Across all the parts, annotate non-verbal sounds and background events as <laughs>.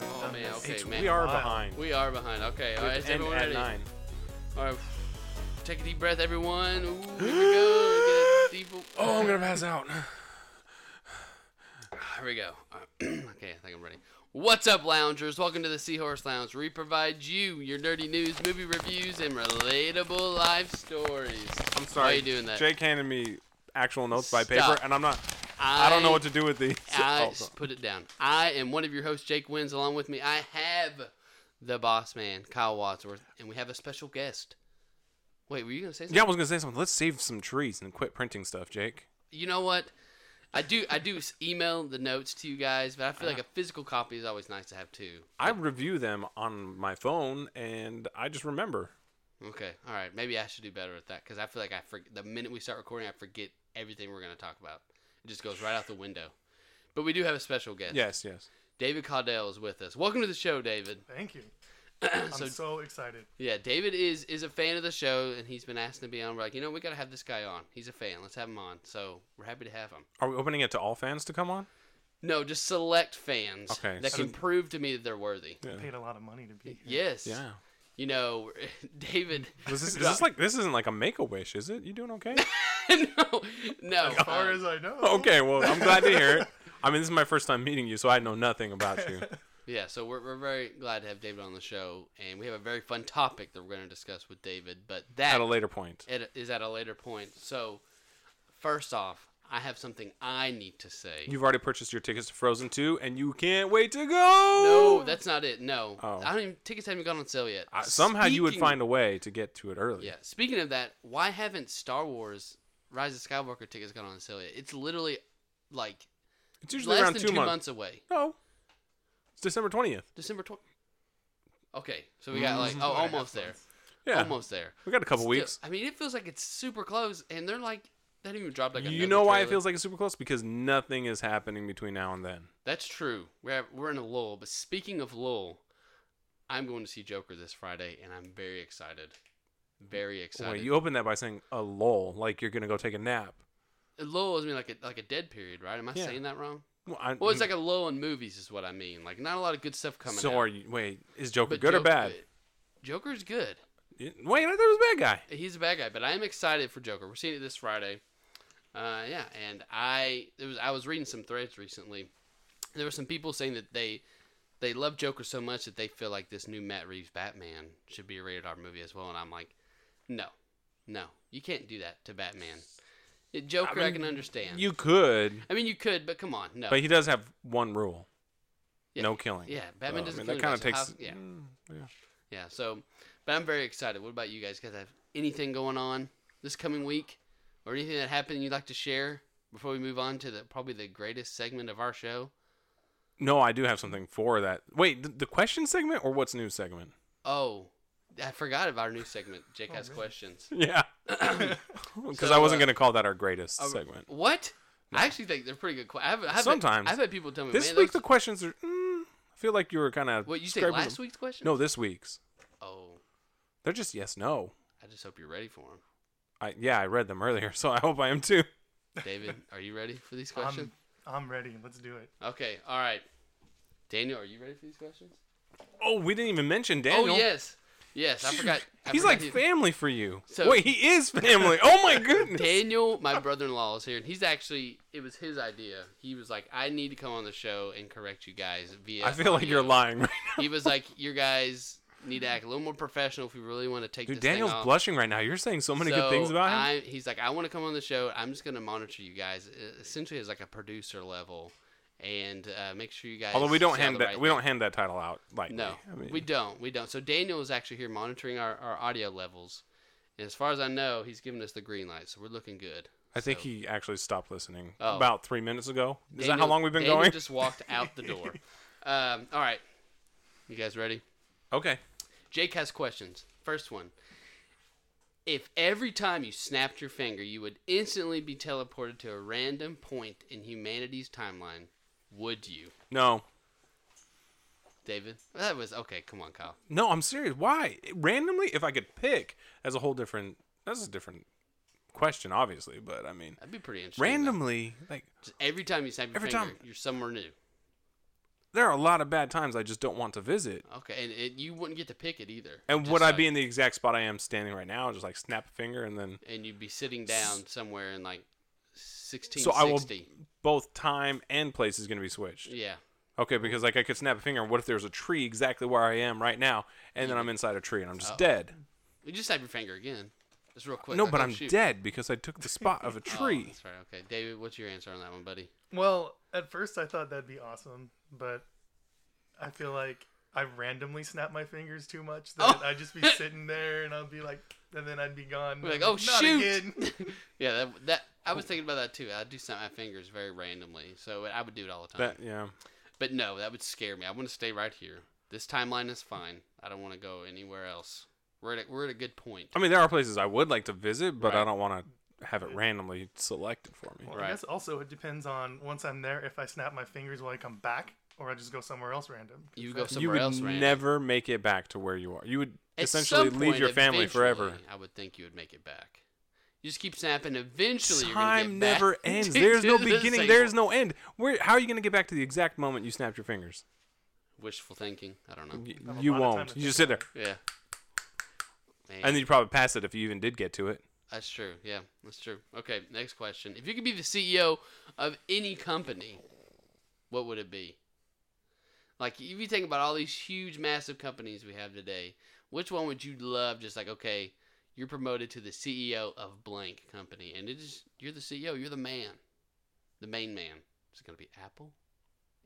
say, It's- Oh, man, we are wow. behind. we are behind. Okay, all right, It's is end everyone at ready? nine. All right, take a deep breath, everyone. <gasps> Ooh, here we go. Get a deep. Oh, I'm gonna pass out. Here we go. All right. <clears throat> okay, I think I'm ready. What's up, loungers? Welcome to the Seahorse Lounge. where We provide you your nerdy news, movie reviews, and relatable life stories. I'm sorry. Why are you doing that? Jake handed me actual notes by paper, Stop. and I'm not. I, don't know what to do with these. <laughs> I Oh, just so- put it down. I am one of your hosts, Jake Wins. Along with me, I have the boss man, Kyle Wadsworth, and we have a special guest. Wait, were you gonna say something? yeah, I was gonna say something. Let's save some trees and quit printing stuff, Jake. You know what? I do. I do s- email the notes to you guys, but I feel like a physical copy is always nice to have too. I review them on my phone, and I just remember. Okay, all right. Maybe I should do better at that because I feel like I forget the minute we start recording, I forget everything we're gonna talk about. It just goes right out the window. But we do have a special guest. Yes, yes. David Caudell is with us. Welcome to the show, David. Thank you. So- I'm so excited. Yeah, David is is a fan of the show, and he's been asked to be on. We're like, you know, we gotta have this guy on. He's a fan. Let's have him on. So we're happy to have him. Are we opening it to all fans to come on? No, just select fans Okay, that so- can prove to me that they're worthy. I paid a lot of money to be here. Yes. Yeah. You know, <laughs> David. <laughs> Is this, is this like this isn't like a make a wish, is it? You doing okay? <laughs> no, no. As far uh, as I know. okay, well I'm glad to hear it. I mean, this is my first time meeting you, so I know nothing about <laughs> you. yeah, so we're, we're very glad to have David on the show, and we have a very fun topic that we're going to discuss with David, but that At a later point. it is at a later point. So, first off, I have something I need to say. You've already purchased your tickets to Frozen 2, and you can't wait to go. no, that's not it. No, Oh. I don't even tickets haven't gone on sale yet. Uh, somehow you would Speaking- find a way to get to it early. Yeah. Speaking of that, why haven't Star Wars Rise of Skywalker tickets gone on sale yet? It's literally like It's usually less around than two, months. away. No, it's December twentieth. December 20. Okay, so we got like oh Two and a half almost there, months. Mm, Yeah, almost there. we got a couple Still- weeks. I mean, it feels like it's super close, and they're like they haven't even dropped like. you another know why it trailer. feels like it's super close? Because nothing is happening between now and then. That's true. We're we're in a lull. But speaking of lull, I'm going to see Joker this Friday, and I'm very excited. Very excited. Wait, you opened that by saying a lull, like you're gonna go take a nap. A lull is mean like a like a dead period, right? Am I Yeah. saying that wrong? Well, I, Well, it's like a lull in movies, is what I mean. Like not a lot of good stuff coming. so out. are you? Wait, is Joker But good or Jo- bad? Joker's good. Wait, I thought it was a bad guy. he's a bad guy, but I am excited for Joker. We're seeing it this Friday. Uh, yeah, and I it was I was reading some threads recently. There were some people saying that they they love Joker so much that they feel like this new Matt Reeves Batman should be a rated R movie as well. And I'm like, no, no, you can't do that to Batman. Uh, Joker, I, mean, can understand. You could, I mean, you could, but come on, no. but he does have one rule: Yeah. no killing. yeah, Batman So, I doesn't. mean, kill that kind of anybody, so takes. how- yeah, Mm, yeah. yeah. So, but I'm very excited. What about you guys? Guys, have anything going on this coming week, or anything that happened you'd like to share before we move on to the probably the greatest segment of our show? No, I do have something for that. Wait, the, the question segment or what's new segment? Oh, I forgot about our new segment. Jake Oh, has questions. <coughs> <laughs> Yeah. Because So, I wasn't uh, um, going to call that our greatest segment. What? I actually think they're pretty good. que- I've, I've Sometimes. I've had people tell me This Man, week, the those- questions are. Mm, I feel like you were kind of. what you say last week's question? No, this week's. Oh, They're just yes, no. I just hope you're ready for <laughs> them. I Yeah, I read them earlier, <laughs> so I hope I am too. David, are you ready for these questions? I'm, I'm ready. Let's do it. okay, all right. Daniel, are you ready for these questions? Oh, we didn't even mention Daniel. Oh yes, yes. I forgot. I He's forgot like he- family for you. So- Wait, he is family. Oh my <laughs> goodness. Daniel, my brother-in-law is here, and he's actually it was his idea. He was like, "I need to come on the show and correct you guys via." I feel like audio." you're lying right now. He was like, "You guys need to act a little more professional if we really want to take Dude, this Daniel's thing off." blushing right now. You're saying so many good things So about him. I, he's like, I want to come on the show. I'm just gonna monitor you guys, uh, essentially as like a producer level, and uh, make sure you guys. Although we don't sell hand the that right we don't hand that title out like no, we don't. We don't. So Daniel is actually here monitoring our, our audio levels, and as far as I know, he's giving us the green light, so we're looking good. I think So- he actually stopped listening Oh. about three minutes ago. Is that how Daniel- long we've been Daniel going? Just walked out the <laughs> door. um, all right, you guys ready? Okay. Jake has questions. First one: If every time you snapped your finger, you would instantly be teleported to a random point in humanity's timeline, would you, No. David? That was okay. Come on, Kyle. No, I'm serious. Why? Randomly, if I could pick, that's a whole different. That's a different question, obviously. But I mean, That'd be pretty interesting. though. randomly, like Just every time you snap your Every finger, time. you're somewhere new. there are a lot of bad times I just don't want to visit. Okay, and it, you wouldn't get to pick it either. And Just would I like- be in the exact spot I am standing right now? Just like snap a finger and then. And you'd be sitting down somewhere in like sixteen So I will. sixty. Both time and place is going to be switched. Yeah. Okay, because like I could snap a finger. and What if there's a tree exactly where I am right now, and then I'm inside a tree and I'm Oh. just dead? You just snap your finger again. Just real quick. No, like, but oh, I'm shoot. dead because I took the <laughs> spot of a Oh, tree. that's right. Okay, David, what's your answer on that one, buddy? Well, at first I thought that'd be awesome, but I feel like I randomly snap my fingers too much that I'd just be sitting there and I'd be like, and then I'd be gone. We're like, and oh I'm "Not shoot. again." yeah, that, that I was thinking about that too. I do snap my fingers very randomly, so I would do it all the time. That yeah. But no, that would scare me. I want to stay right here. This timeline is fine. I don't want to go anywhere else. We're at a, we're at a good point. I mean, there are places I would like to visit, but I Right. don't want to have it randomly selected for me. Well, Right. I guess also it depends on once I'm there if I snap my fingers while I come back or I just go somewhere else random. 'Cause You that- go somewhere you would else, Randy. never make it back to where you are. You would At essentially some leave point, your family forever. eventually, I would think you would make it back. You just keep snapping. Eventually, you're gonna Time get back <laughs> never ends. to- There's to no the beginning. same There's no end. Where? How are you going to get back to the exact moment you snapped your fingers? wishful thinking. I don't know. You, have a you lot of time won't. to You think just sit there, about Yeah. Man, and then you probably pass it if you even did get to it. that's true. Yeah, that's true. Okay, next question. If you could be the CEO of any company, what would it be? Like, if you think about all these huge, massive companies we have today, which one would you love? Just like, okay, you're promoted to the CEO of blank company, and it is you're the CEO, you're the man, the main man. Is it gonna be Apple,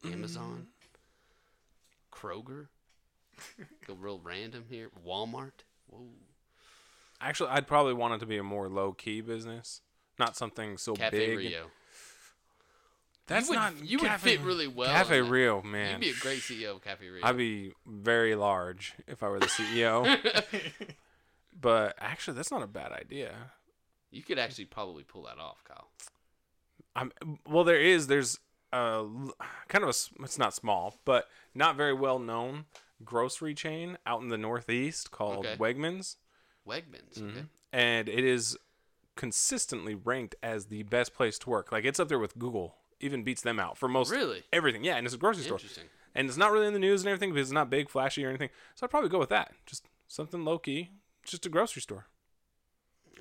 Amazon, Kroger? Go real random here. Walmart. Whoa. Actually, I'd probably want it to be a more low key business, not something so Cafe big. Rio. That's would- not you would Cafe- fit really well Cafe in that. Rio, man. You'd be a great CEO of Cafe Rio. I'd be very large if I were <laughs> the CEO. but actually, that's not a bad idea. you could actually probably pull that off, Kyle. I'm well. There is there's a l- kind of a s- it's not small, but not very well known grocery chain out in the northeast called Okay. Wegmans, Wegmans. Mm-hmm. Okay. and it is consistently ranked as the best place to work. Like it's up there with Google, even beats them out for most Really? everything. Yeah, and it's a grocery store, Interesting. and it's not really in the news and everything because it's not big, flashy or anything. So I'd probably go with that. Just something low key, just a grocery store.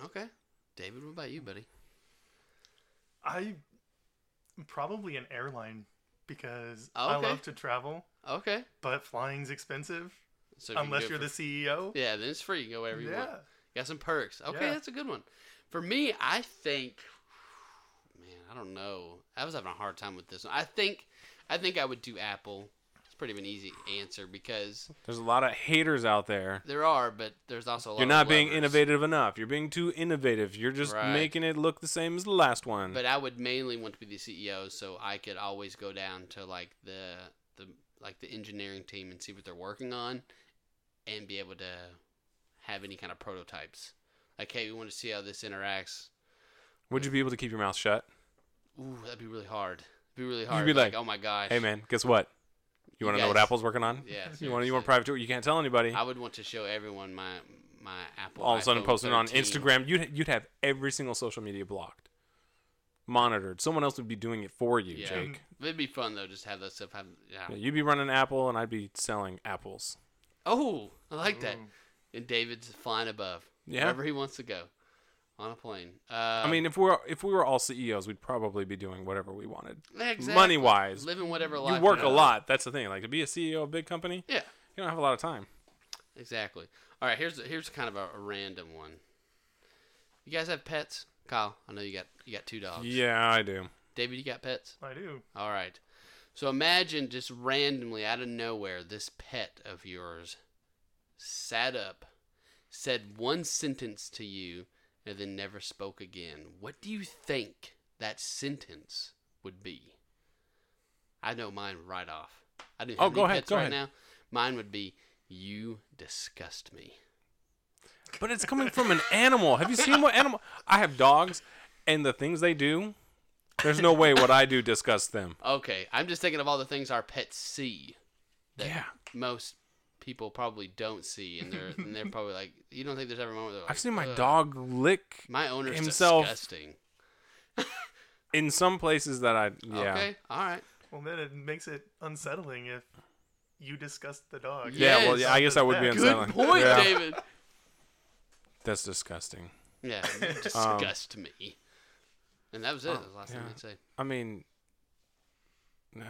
Okay. David, what about you, buddy? I probably an airline because Oh, I okay. love to travel, Okay. but flying's expensive So if you can do unless it you're for- the CEO. Yeah, then it's free. You can go wherever you want. Yeah. Got some perks. Okay, Yeah. that's a good one. For me, I think, man, I don't know. I was having a hard time with this one. I think, I think I would do Apple. It's pretty of an easy answer because There's a lot of haters out there. there are, but there's also a lot. You're of not being lovers. innovative enough. You're being too innovative. You're just Right. making it look the same as the last one. But I would mainly want to be the CEO, so I could always go down to like the the like the engineering team and see what they're working on, and be able to have any kind of prototypes. Like, hey, we want to see how this interacts. Would you be able to keep your mouth shut? Ooh, that'd be really hard. It'd be really hard. be like, like, oh my gosh. Hey man, guess what? You You want to know what guys- Apple's working on? Yeah. You want you want seriously. private tour? You can't tell anybody. I would want to show everyone my my Apple. All of a sudden, iPhone posting on 13. Instagram, you'd you'd have every single social media blocked, monitored. Someone else would be doing it for you, Yeah. Jake. It'd be fun though, just have that stuff. Have yeah. Yeah, you'd be running Apple, and I'd be selling apples. Oh, I like that. And David's flying above. Mm. Yeah. Wherever he wants to go, on a plane. Um, I mean, if we are if we were all CEOs, we'd probably be doing whatever we wanted. exactly. Money wise, living whatever life. you work want. a lot. That's the thing. Like to be a CEO of a big company, Yeah. you don't have a lot of time. Exactly. All right. Here's here's kind of a, a random one. You guys have pets, Kyle? I know you got you got two dogs. Yeah, I do. David, you got pets? I do. All right. So imagine just randomly out of nowhere, this pet of yours sat up, said one sentence to you, and then never spoke again. What do you think that sentence would be? I know mine right off. I do. Oh, go ahead, go right ahead. now. Mine would be, "You disgust me." But it's coming from an animal. Have you seen what animal? I have dogs, and the things they do. There's no way what I do disgusts them. Okay, I'm just thinking of all the things our pets see. That Yeah. Most people probably don't see, and they're and they're <laughs> probably like, you don't think there's ever a moment. They're like, I've seen my "Ugh, dog lick My owner's himself. disgusting. in some places that I yeah. Okay, all right. Well, then it makes it unsettling if you disgust the dog. Yeah, well, Yes. yeah, I guess that would be Good Good unsettling. point, Yeah. David. That's disgusting. Yeah, it disgust me. And that was it. That was the last thing yeah. I'd say. I mean, no.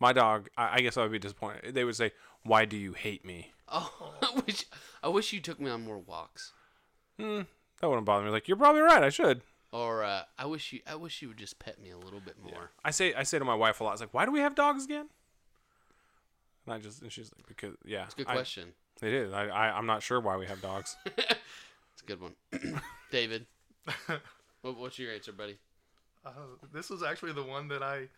My dog, I, I guess I would be disappointed. They would say, Why do you hate me? Oh, <laughs> I wish I wish you took me on more walks. Hmm, that wouldn't bother me. Like, you're probably right. I should. Or uh, I wish you I wish you would just pet me a little bit more. I say I say to my wife a lot, it's like, why do we have dogs again? And I just and she's like, because yeah, It's a good I- question. It is. I, I I'm not sure why we have <laughs> dogs. It's a good one. <coughs> David, what, what's your answer, buddy? Uh, this was actually the one that I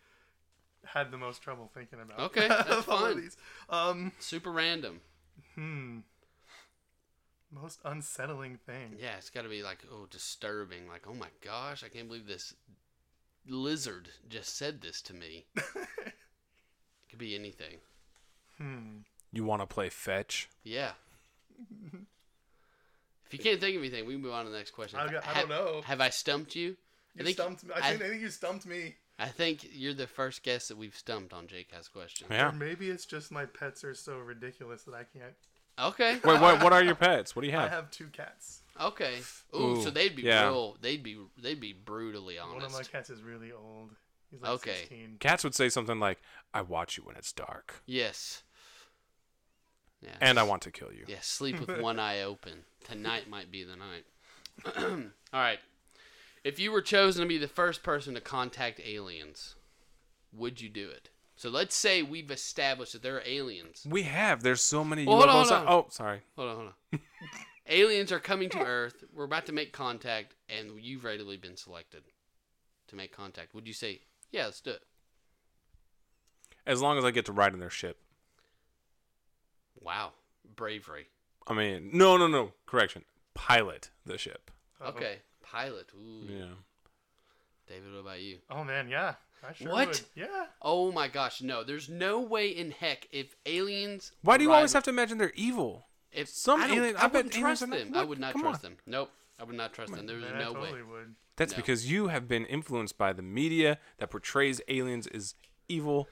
had the most trouble thinking about. <laughs> Okay, that's Of all of fine. these. Um, Super random. hmm. Most unsettling thing. Yeah, it's got to be like oh disturbing. Like oh my gosh, I can't believe this lizard just said this to me. it could be anything. Hmm. You want to play fetch? Yeah. If you can't think of anything, we can move on to the next question. I got- I Have- don't know. Have I stumped you? You think- stumped me. I, I- think, I think you stumped me. I think you're the first guest that we've stumped on Jake has question. Yeah. Or maybe it's just my pets are so ridiculous that I can't. Okay. Wait, what what <laughs> are your pets? What do you I have? have two cats. Okay. Ooh, Ooh, so they'd be yeah. real. They'd be they'd be brutally One of my honest. cats is really old. He's like Okay. 16. Cats would say something like, "I watch you when it's dark, Yes. Yeah. and I want to kill you." Yeah, sleep with one eye open. Tonight might be the night. <clears throat> All right. If you were chosen to be the first person to contact aliens, would you do it? So let's say we've established that there are aliens. We have. There's so many Well, hold on, UFOs. hold on. Oh, sorry. Hold on, hold on. aliens are coming to Earth. We're about to make contact, and you've readily been selected to make contact. Would you say, yeah, let's do it? As long as I get to ride in their ship. Wow. Bravery. I mean, no, no, no. Correction. Pilot the ship. Uh-oh. Okay. Pilot. Ooh. Yeah. David, what about you? Oh man, yeah. I sure What? would. Yeah. Oh my gosh, no. There's no way in heck if aliens. Why do you arrive- always have to imagine they're evil? If some I don't- alien- I, I bet wouldn't aliens trust are not- them. I what? would not Come trust on. them. Nope. I would not trust them. There's Man, I no way. totally would. That's No. because you have been influenced by the media that portrays aliens as evil.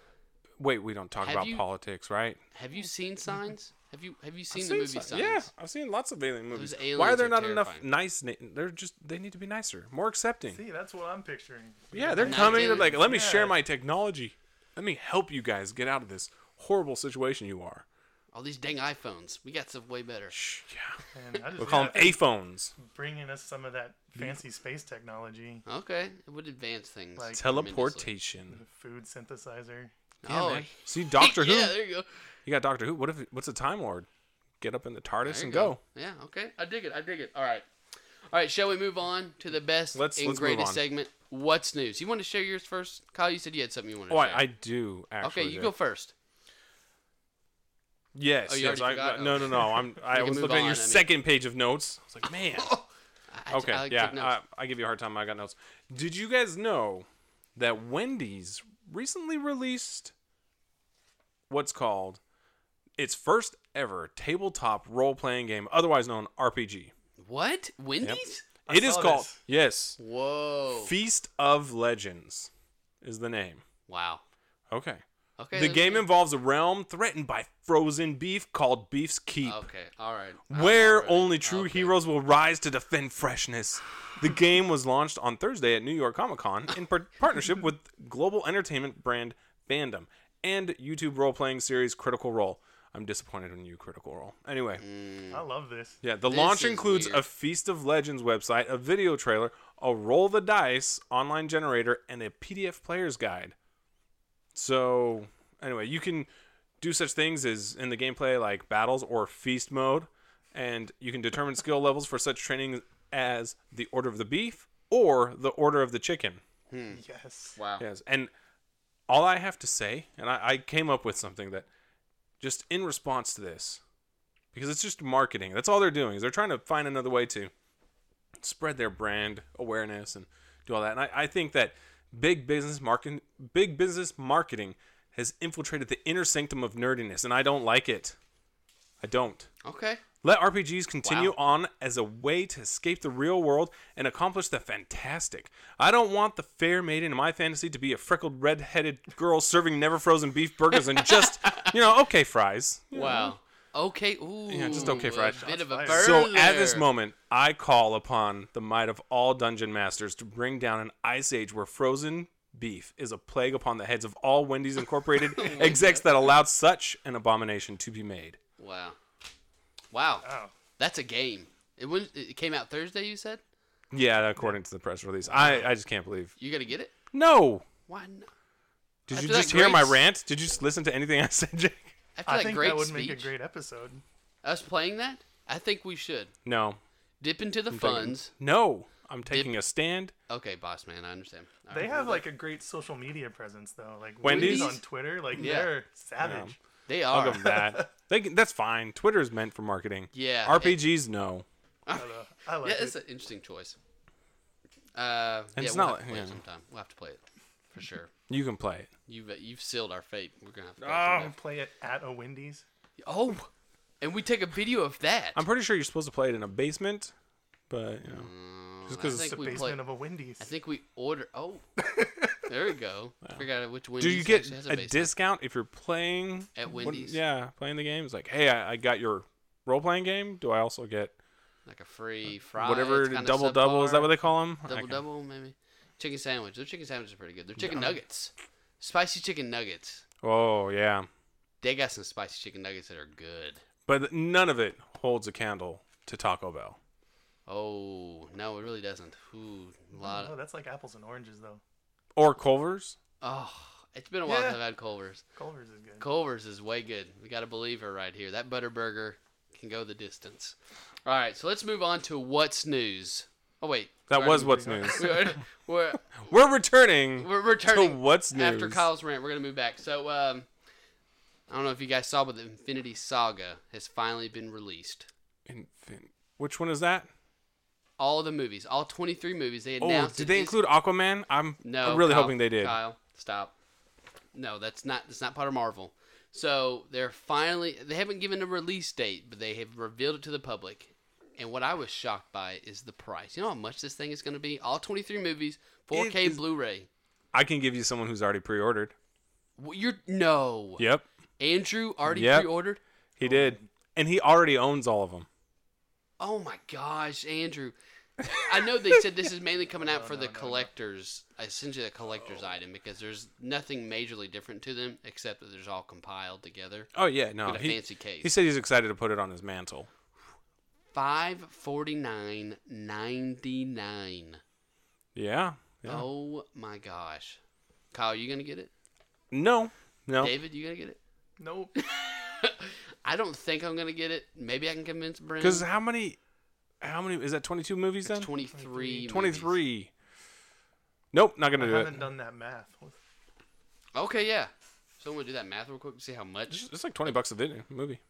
Wait, we don't talk Have about you politics, right? Have you <laughs> seen Signs? Have you Have you seen, I've the movie seen some- Signs? yeah, I've seen lots of alien movies. Why are aliens there are not enough terrifying. nice? Na- they're just they need to be nicer, more accepting. See, that's what I'm picturing. yeah, they're Nice coming. They're like, aliens, let me yeah. share my technology. Let me help you guys get out of this horrible situation you are. All these dang iPhones. We got stuff way better. Shh, yeah, And I just, we'll call yeah, them aphones. bringing us some of that fancy space technology, Okay, it would advance things. Like- tremendously. Teleportation. food synthesizer. Yeah, oh, <laughs> man. See Doctor Who. yeah, there you go. You got Doctor Who. What if? What's a Time Lord? Get up in the TARDIS There you and go. go. Yeah, okay. I dig it. I dig it. All right. All right, shall we move on to the best Let's- and let's move greatest on. segment? What's news? You want to share yours first? Kyle, you said you had something you wanted Oh, to share. I, I do actually. okay, you do. go first. Yes. Oh, you yes. I, already forgot? no, no, no. <laughs> I'm. I can was move looking at your on, I mean. second page of notes. I was <laughs> like, man. I- I- <laughs> okay. I like to yeah. uh, take notes. I, I give you a hard time. I got notes. Did you guys know that Wendy's recently released what's called its first ever tabletop role playing game, otherwise known RPG. what? Wendy's? I it is saw called this. yes, Whoa. Feast of Legends is the name. wow. Okay. Okay. the that's game good. involves a realm threatened by frozen beef called Beef's Keep. Okay, all right. I'm where already- only true okay. heroes will rise to defend freshness. The game was launched on Thursday at New York Comic Con in par- partnership with global entertainment brand Fandom and YouTube role playing series Critical Role. I'm disappointed in you, Critical Role. Anyway, Hmm. I love this. yeah, the launch is includes a weird. Feast of Legends website, a video trailer, a roll the dice online generator, and a PDF player's guide. So, anyway, you can do such things as in the gameplay like battles or feast mode, and you can determine skill levels for such training as the order of the beef or the order of the chicken. Yes. Hmm. Wow. Yes, and all I have to say, and I, I came up with something that just in response to this, because it's just marketing. That's all they're doing is they're trying to find another way to spread their brand awareness and do all that. And I, I think that big business marketing, big business marketing, has infiltrated the inner sanctum of nerdiness, and I don't like it. I don't. Okay. Let RPGs continue Wow. on as a way to escape the real world and accomplish the fantastic. I don't want the fair maiden in my fantasy to be a freckled red-headed girl serving never frozen beef burgers and just, <laughs> you know, okay fries. You know, Wow. Okay. Ooh. Yeah, just okay a fried. Bit of a Shots so at this burler. moment, I call upon the might of all dungeon masters to bring down an ice age where frozen beef is a plague upon the heads of all Wendy's Incorporated execs that allowed such an abomination to be made. Wow. Wow. Wow. That's a game. It wouldn't. It came out Thursday. You said Yeah, according to the press release. I, I just can't believe. you gonna get it. No! Why not? Did After you that just hear my great- rant? Did you just listen to anything I said, Jake? <laughs> After I that think great that would speech, make a great episode. us playing that, I think we should No. dip into the Thank you. funds. No. I'm taking a stand. Okay, boss man, I understand. All They right, have well, like a great social media presence though. Like Wendy's? on Twitter, like Yeah. they're savage. they I'll are. <laughs> give them that. They can, that's fine. Twitter is meant for marketing. Yeah. RPGs, no. I, don't know. I like Yeah, it. it's an interesting choice. Uh, yeah, it's we'll have not to like- play yeah. it sometime. We'll have to play it for sure. You can play it. You've uh, you've sealed our fate. We're gonna have to. Go I'm through gonna play it at a Wendy's. that. Oh, and we take a video of that. I'm pretty sure you're supposed to play it in a basement, but you know, Mm, just I because. think The we basement play. of a Wendy's. I think we order. <laughs> Oh, there we go. Figured out which Wendy's Do you get actually has a, a basement. discount if you're playing At what- Wendy's. yeah, playing the game. It's like, hey, I, I got your role playing game. Do I also get like a free fry? whatever it's kinda double double? Is that subpar. what they call them? Double double maybe. Chicken sandwich. Their chicken sandwiches are pretty good. Their chicken nuggets. Spicy chicken nuggets. Oh yeah, They got some spicy chicken nuggets that are good. but none of it holds a candle to Taco Bell. Oh no, it really doesn't. Ooh, a lot. Oh, Of, that's like apples and oranges though. Or Culver's. oh, it's been a while since Yeah. I've had Culver's. Culver's is good. Culver's is way good. We got a believer right here. That butter burger can go the distance. All right, so let's move on to what's news. Oh wait, That Sorry. was what's news. We already- <laughs> we're, <laughs> We're returning. we're returning To <laughs> what's after news? Kyle's rant. We're gonna move back. So um, I don't know if you guys saw, but the Infinity Saga has finally been released. Infin- Which one is that? All the movies, all 23 movies, they Oh, announced. did it they is- include Aquaman? I'm No, I'm really Kyle- hoping they did. Kyle, stop. No, that's not that's not part of Marvel. So they're finally they haven't given a release date, but they have revealed it to the public. And what I was shocked by is the price. You know how much this thing is going to be? All 23 movies, 4K It is- Blu-ray. I can give you someone who's already pre-ordered. Well, You're no. Yep. Andrew already Yep. pre-ordered. He did, and he already owns all of them. Oh my gosh, Andrew. I know they said this is mainly coming out for the collectors, essentially the collector's item, because there's nothing majorly different to them except that there's all compiled together. Oh yeah, no, With a he, fancy case. He said he's excited to put it on his mantle. Five forty nine ninety nine. Yeah. yeah. Oh my gosh, Kyle, you gonna get it? No, no. David, you gonna get it? <laughs> Nope. I don't think I'm gonna get it. Maybe I can convince Brent. Because how many? How many is that? Twenty-two movies then? twenty three. Twenty-three. Nope, not I gonna do it. haven't done that math. Okay, yeah. So I'm gonna do that math real quick and see how much. It's like twenty bucks a video movie.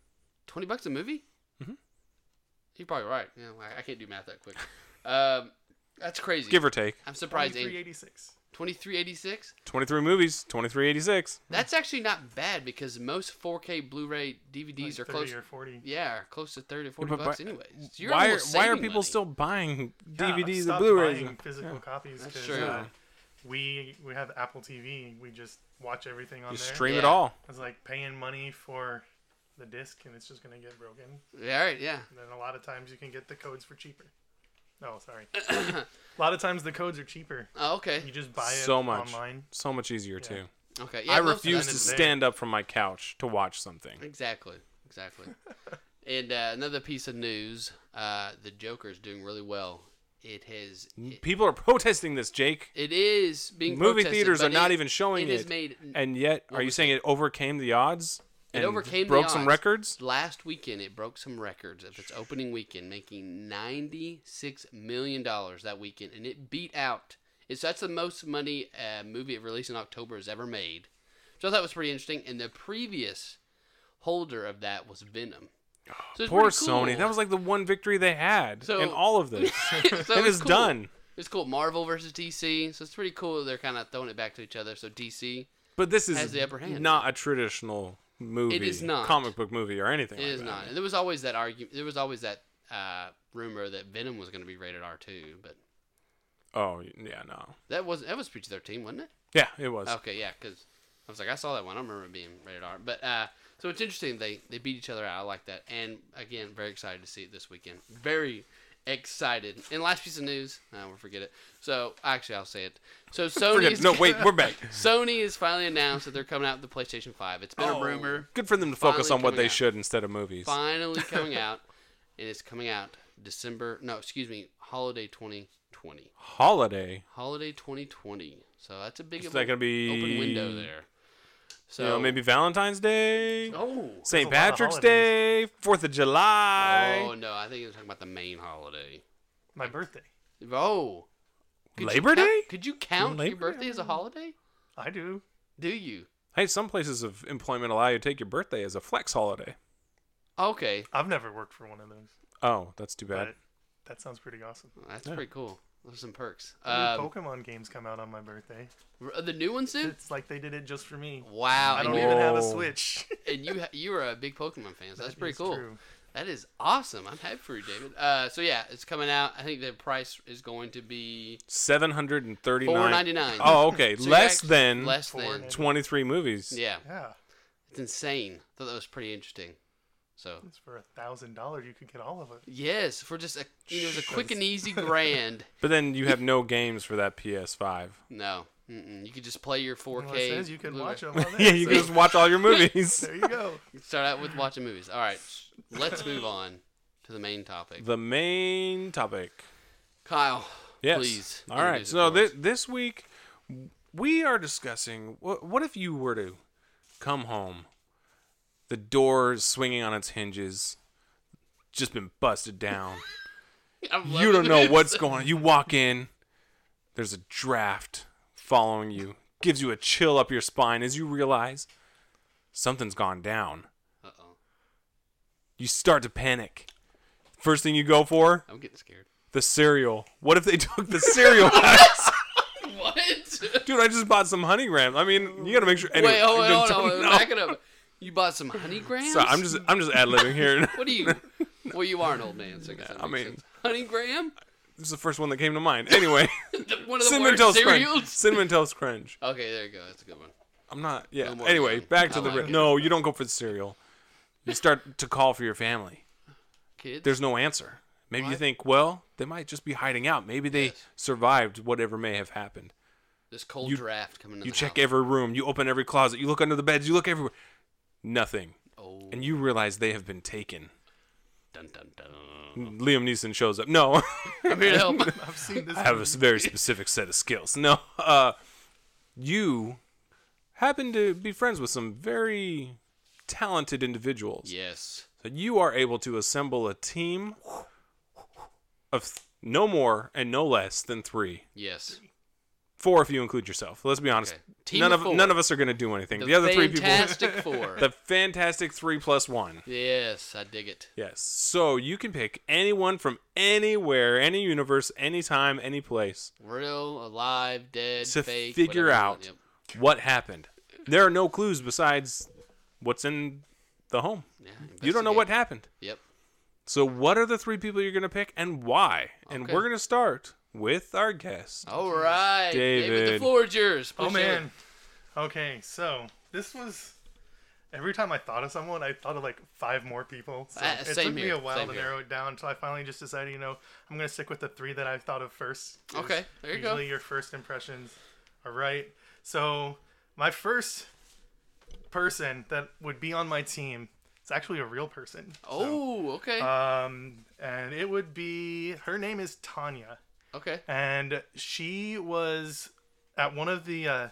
Twenty bucks a movie? Mm-hmm. You're probably right. Yeah, I- I can't do math <laughs> that quick. Um, that's crazy. Give or take. I'm surprised. Three Andrew. eighty six. Twenty three eighty six. Twenty-three movies. Twenty-three eighty-six. That's actually not bad because most 4K Blu-ray DVDs These are close. or forty. Yeah, or close to 30 or 40 but bucks by- anyways. So you're Why are almost Why are saving people money. still buying Yeah, I've DVDs and stopped Blu-rays? buying Physical copies. That's 'cause, true. uh, we we have Apple TV. We just watch everything on You there. stream it Yeah. all. It's like paying money for the disc, and it's just gonna get broken. Yeah, all right, yeah. And then a lot of times you can get the codes for cheaper. No, <coughs> sorry. a lot of times the codes are cheaper. Oh, okay. You just buy it so much. online. So much easier too. Okay. Yeah, I most of refuse that to is- there. stand up from my couch to watch something. Exactly. <laughs> Exactly. and uh, another piece of news, uh, the Joker is doing really well. It has it, People are <laughs> protesting this, Jake. it is being Mm. movie protested, theaters but are not it- even showing it. It is made and yet, are you saying it overcame the odds? It and overcame the broke some odds. records. last weekend it broke some records of its opening weekend making 96 million dollars that weekend and it beat out it's that's the most money a movie released in october has ever made so i thought it was pretty interesting and the previous holder of that was venom so it's Poor pretty cool. Sony. That was like the one victory they had So- in all of this. <laughs> so and it's it's cool. done. it's cool marvel versus dc so it's pretty cool they're kind of throwing it back to each other so dc But this is Has the upper hand. not a traditional movie. is not. comic book movie or anything. It like is that. not. And there was always that argument. There was always that uh, rumor that Venom was going to be rated R two, but Oh yeah, no. that was that was PG thirteen, wasn't it? Yeah, it was. Okay, yeah, because I was like, I saw that one. I don't remember it being rated R. But uh, so it's interesting. They they beat each other out. I like that. And again, very excited to see it this weekend. Very excited. And last piece of news, I will forget it. So actually, I'll say it. So Sony. <laughs> Forget- no, wait, we're back. <laughs> Sony has finally announced that they're coming out with the PlayStation Five. It's been a rumor. Oh, Good for them to focus Finally on what coming they out. should instead of movies. finally coming out, <laughs> and it's coming out December. No, excuse me, holiday 2020. Holiday. Holiday 2020. So that's a big Is that gonna be open window there. So You know, maybe Valentine's Day, Oh. St. There's a lot of Patrick's Day, holidays. Fourth of July, Oh no, I think you're talking about the main holiday. My birthday. Oh. Could you Labor count- Day. Could you count your Labor birthday as a holiday? I do. Do you? Hey, some places of employment allow you to take your birthday as a flex holiday. Okay, I've never worked for one of those, Oh, that's too bad. but that sounds pretty awesome. Well, that's Yeah. pretty cool. Those are some perks. I Um, Pokemon games come out on my birthday. r- the new ones did. It's like they did it just for me. Wow, I and don't you, even have a Whoa. Switch. and you ha- you are a big Pokemon fan, so <laughs> that's pretty It's cool. true. That is awesome. I'm happy for you, David. Uh, so yeah, it's coming out. I think the price is going to be Seven hundred and thirty-nine. four ninety nine. <laughs> Oh, okay, So you're less actually- than less than. $4.99. twenty-three movies. Yeah, Yeah, it's insane. Thought that was pretty interesting. So it's for a thousand dollars. You could get all of it. yes, for just a you know, it was a quick and easy grand. But then you have no games for that PS5. No, Mm-mm. you could just play your four Well, it K. says you can <laughs> watch them. <laughs> yeah, you can just watch all <laughs> your movies. There you go. Start out with watching movies. All right, let's move on to the main topic. the main topic. Kyle, Yes. please. All right. introduce it So for us. this this week we are discussing what what if you were to come home, the door is swinging on its hinges, just been busted <laughs> down. I'm you don't loving know <laughs> this. what's going on. You walk in, there's a draft following you, gives you a chill up your spine as you realize something's gone down. Uh-oh. You start to panic. First thing you go for, I'm getting <laughs> scared. the cereal. What if they <laughs> took the cereal box? What? Dude, I just bought some honey grams. I mean, you gotta make sure. Anyway, Wait, hold don't- on, hold on. don't- no. Back it up. You bought some honey grams? <laughs> Sorry, I'm just I'm just ad libbing here. <laughs> What are you? Well, you are an old man, so I guess that I makes mean- sense. honey graham, <laughs> this is the first one that came to mind. Anyway, <laughs> The- one of the <laughs> cinnamon worst toast crunch. cereals. <laughs> Cinnamon toast crunch. Okay, there you go. That's a good one. I'm not. Yeah. No more anyway, now. back to I the. like ri it. no, you don't go for the cereal. You start to call for your family. Kids, There's no answer. Maybe you What? think, well, they might just be hiding out. Maybe they Yes. survived whatever may have happened. this cold you- draft coming. To You the check house. every room. You open every closet. You look under the beds. You look everywhere. Nothing. Oh, And you realize they have been taken. dun dun <laughs> dun. Liam Neeson shows up. No. <laughs> I'm here to help. <laughs> I've seen this. I have a s- very specific set of skills. No, uh, you happen to be friends with some very talented individuals. yes, So you are able to assemble a team of th- no more and no less than three, yes. four if you include yourself. Let's be honest. Okay. Team none of of four. none of us are going to do anything. The, The, other three people, Fantastic Four. <laughs> the fantastic three plus one. yes, I dig it. Yes. So you can pick anyone from anywhere, any universe, anytime, any place. Real, alive, dead, to fake. whatever figure you out want. Yep. what happened. There are no clues besides what's in the home. Yeah, You don't know what investigate. happened. Yep. So, what are the three people you're going to pick and why? And Okay. we're going to start with our guest. All right, David. The David. floor is yours. Oh Push it. man. Okay, so this was. Every time I thought of someone, I thought of like five more people. So Uh, it same took me here, a while same to here. narrow it down until I finally just decided, you know, I'm gonna stick with the three that I thought of first. 'cause Okay, there you go. usually your first impressions are right. So my first person that would be on my team is actually a real person. So, Oh, okay. um, and it would be her name is Tanya okay. and she was at one of the uh,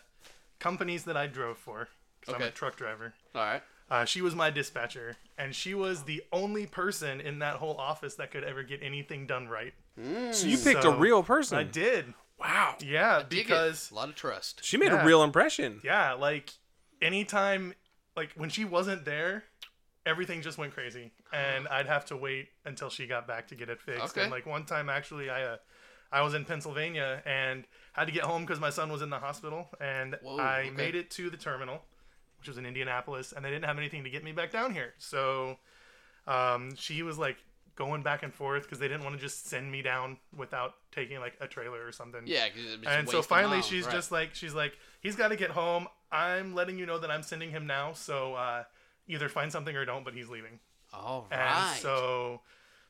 companies that I drove for because I'm a Okay. truck driver. All right. Uh, she was my dispatcher, and she was the only person in that whole office that could ever get anything done right. Oh. So, you picked So, a real person. I did, Wow. yeah, Hmm. Dig it. because a lot of trust. She made a Yeah. real impression. yeah, like anytime, like when she wasn't there, everything just went crazy, and I'd have to wait until she got back to get it fixed. Okay. And like one time, actually, I. Uh, I was in Pennsylvania and had to get home because my son was in the hospital, and Whoa, I okay. made it to the terminal, which was in Indianapolis, and they didn't have anything to get me back down here. So um, she was like going back and forth because they didn't want to just send me down without taking like a trailer or something. Yeah, 'cause it'd be And just so waste of finally, miles, she's right. just like, she's like, he's got to get home. I'm letting you know that I'm sending him now. So uh, either find something or don't, but he's leaving. all And right. so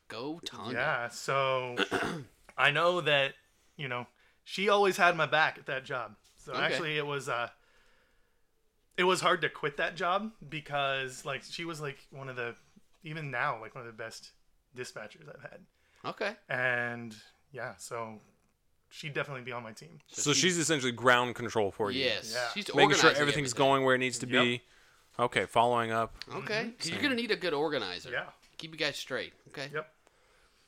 Go Tonga. yeah, so <clears throat> I know that you know she always had my back at that job. So Okay. actually, it was uh, it was hard to quit that job because like she was like one of the even now like one of the best dispatchers I've had, Okay. and yeah, so she'd definitely be on my team. So she's essentially ground control for you. yes. Yeah. She's Making sure organizing everything's everything. going where it needs to be. Okay, following up. Okay. 'Cause You're gonna need a good organizer. Mm-hmm. Yeah. Keep you guys straight. Okay. Yep.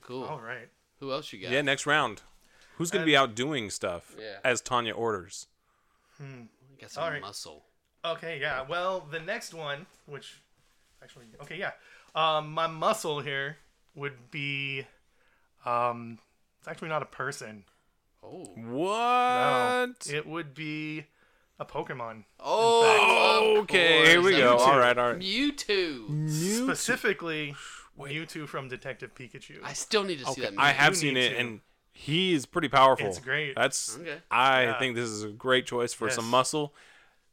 Cool. All right. Who else you got? Yeah, next round. Who's going to be out doing stuff Yeah. as Tanya orders? You got some All right. muscle. Okay. Yeah. Well, the next one, which actually, okay, yeah, um, my muscle here would be, um, it's actually not a person. Oh. What? Oh, it would be a Pokemon. Oh. of okay, course. here we go. Mewtwo. All right, all right. Mewtwo. Specifically, Mewtwo from Detective Pikachu. I still need to see that. Movie. I have do seen need it, to. and he is pretty powerful. It's great. That's Okay. I Yeah. think this is a great choice for some Yes. muscle,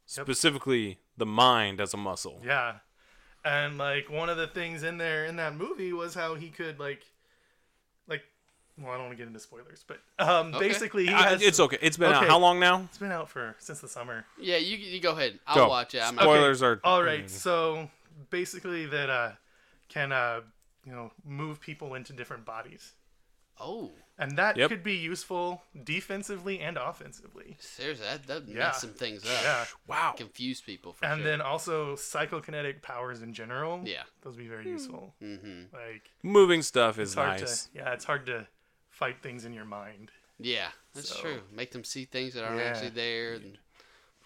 specifically the mind as a muscle. yeah. And like one of the things in there in that movie was how he could like, like, well, I don't want to get into spoilers, but um, Okay. basically he I- has, it's okay. It's been out Okay. how long now? it's been out for since the summer. Yeah, you, you go ahead. I'll Go. watch it. I'm Spoil- Spoilers are- all right. So basically, that uh, can uh, you know move people into different bodies, Oh, and that Yep. could be useful defensively and offensively. seriously, that that Yeah. messed some things up. Yeah, Wow. Confuse people for and sure. then also psychokinetic powers in general. Yeah. those would be very useful. Mm-hmm. Like Moving stuff is it's hard nice. to yeah, it's hard to fight things in your mind. yeah, that's So- true. Make them see things that aren't Yeah. actually there. And,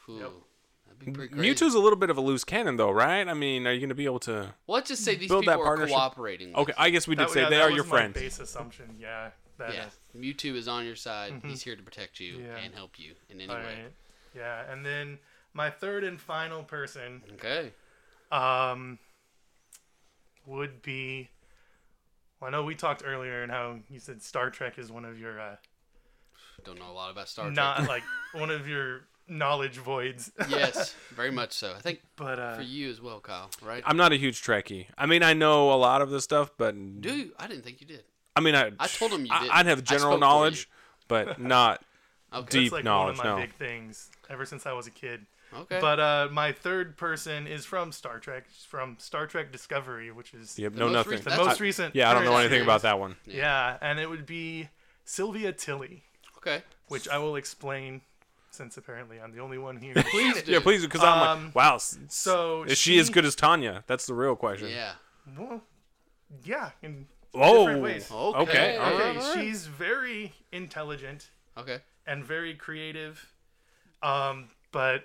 whew, That'd be pretty crazy. Mewtwo's a little bit of a loose cannon, though, right? I mean, are you going to be able to? Well, let's just say these Build people that are partnership. cooperating. Okay, I guess we did That- say yeah, they that are was your my friends. Base assumption. Yeah. That Yeah, is- Mewtwo is on your side. He's here to protect you Mm-hmm. Yeah. and help you in any all way. right. Yeah, and then my third and final person Okay. um, would be. Well, I know we talked earlier and how you said Star Trek is one of your uh, Don't know a lot about Star Trek. not like one of your knowledge voids, <laughs> yes, very much so. I think but uh, for you as well, Kyle. Right? I'm not a huge Trekkie. I mean, I know a lot of this stuff, but Do you? I didn't think you did. I mean, I I told him you I, did. I'd have I general spoke for knowledge, <laughs> but not Okay. deep it's like knowledge. one of my no, big things ever since I was a kid. Okay. But uh, my third person is from Star Trek, She's from Star Trek Discovery, which is yep, The no most nothing. recent- the that's- most I- recent. yeah, I don't know current anything series. about that one. Yeah, and it would be Sylvia Tilly, okay. which I will explain since apparently I'm the only one here. Please do. Yeah, please, because I'm Um, like, wow. s- so is she, as good as Tanya? That's the real question. Yeah. Well, yeah, in Oh, different ways. Okay. Okay, all Okay, all right. she's very intelligent Okay. and very creative, um, but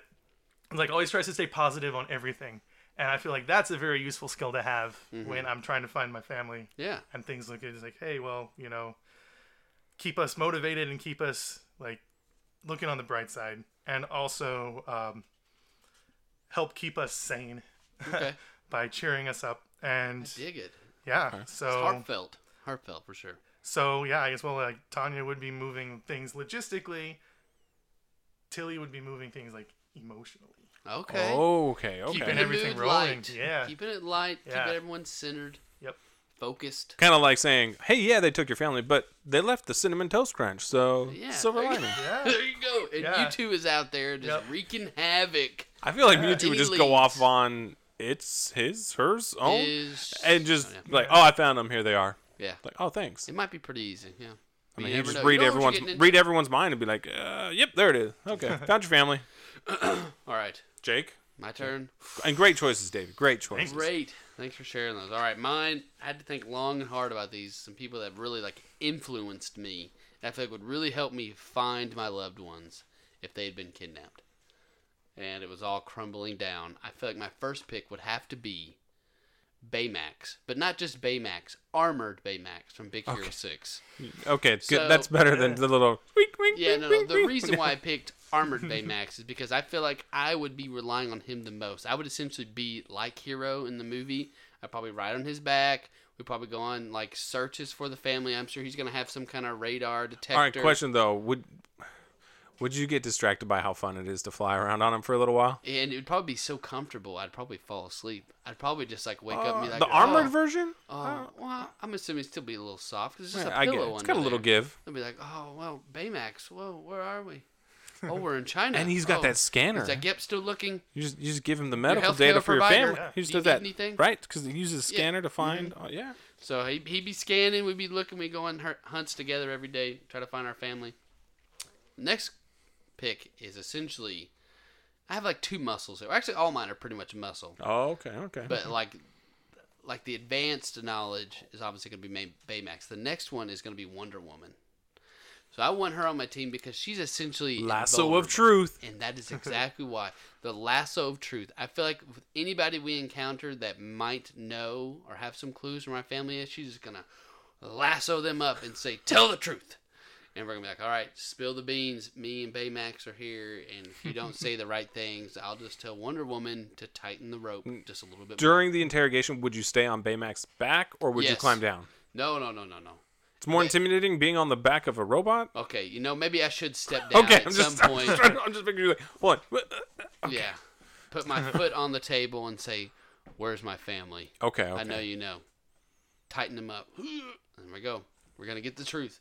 like always tries to stay positive on everything. And I feel like that's a very useful skill to have when I'm trying to find my family Yeah. and things like it's like, hey, well, you know, keep us motivated and keep us like looking on the bright side, and also um, help keep us sane Okay. <laughs> by cheering us up. And Dig it. yeah, so Heartfelt. Heartfelt for sure. So yeah, I guess well like Tanya would be moving things logistically. Tilly would be moving things like emotionally. Okay. Oh, Okay, Keeping okay. the everything mood rolling, Light. yeah. Keeping it light. Yeah. Keeping everyone centered, Yep. <laughs> focused. <laughs> Kind of like saying, hey, yeah, they took your family, but they left the cinnamon toast crunch, so Yeah, silver there you lining. Yeah. <coughs> There you go. And Yeah. you two is out there just Yep. wreaking havoc. I feel like Mewtwo Any would just go off leads? on it's his, hers, own, Is- Oh, and just Oh, like, oh, I found them. Here they are. yeah. Like, oh, thanks. It might be pretty easy. Yeah. I mean, you you never just know. You read know what you're everyone's getting into. read everyone's mind and be like, uh, yep, there it is. Okay, <laughs> found your family, All right. Jake. My turn. And great choices, David. Great choices. Great. Thanks for sharing those. All right, mine. I had to think long and hard about these. Some people that really like influenced me. That I feel like would really help me find my loved ones if they had been kidnapped. And it was all crumbling down. I feel like my first pick would have to be Baymax, but not just Baymax, armored Baymax from Big Hero Okay. 6. Okay, it's good. So- uh, that's better than the little. Wink, wink, Yeah, wink, no, no. wink, The wink. reason <laughs> why I picked Armored Baymax is because I feel like I would be relying on him the most. I would essentially be like Hero in the movie. I'd probably ride on his back. We'd probably go on like searches for the family. I'm sure he's gonna have some kind of radar detector. All right, question though would would you get distracted by how fun it is to fly around on him for a little while? And it would probably be so comfortable, I'd probably fall asleep. I'd probably just like wake up and be like, Uh, the armored oh, version? Oh, well, I'm assuming it'd still be a little soft because it's just Yeah, a I pillow get it. under It's got a little there. give. They'll be like, oh, well, Baymax, whoa, where are we? Oh, we're <laughs> in China. And he's got Oh. that scanner. He's like, yep, still looking. You just, you just give him the medical healthcare data for provider. your family. Yeah. He just Do you does that, need anything? right? Because he uses a scanner to find. oh, yeah, So he, he'd be scanning, we'd be looking, we'd go on her- hunts together every day, try to find our family. Next pick is essentially, I have like two muscles. Actually, all mine are pretty much muscle. Oh, okay, okay. But like, like the advanced knowledge is obviously going to be May- Baymax. The next one is going to be Wonder Woman. So I want her on my team because she's essentially Lasso of invulnerable. truth. And that <laughs> is exactly why. The lasso of truth. I feel like with anybody we encounter that might know or have some clues from our family is, she's just going to lasso them up and say, tell the truth. And we're going to be like, all right, spill the beans. Me and Baymax are here. And if you don't say the <laughs> right things, I'll just tell Wonder Woman to tighten the rope Mm. just a little bit more. During the interrogation, would you stay on Baymax's back or would you Yes. climb down? No, no, no, no, no. It's more intimidating being on the back of a robot. Okay, you know, maybe I should <laughs> step down okay, at I'm some just, point. I'm just, I'm just making you like one. uh, <laughs> Yeah. Put my foot on the table and say, where's my family? Okay, I know okay. you know. Tighten them up. <gasps> And we go. We're gonna get the truth.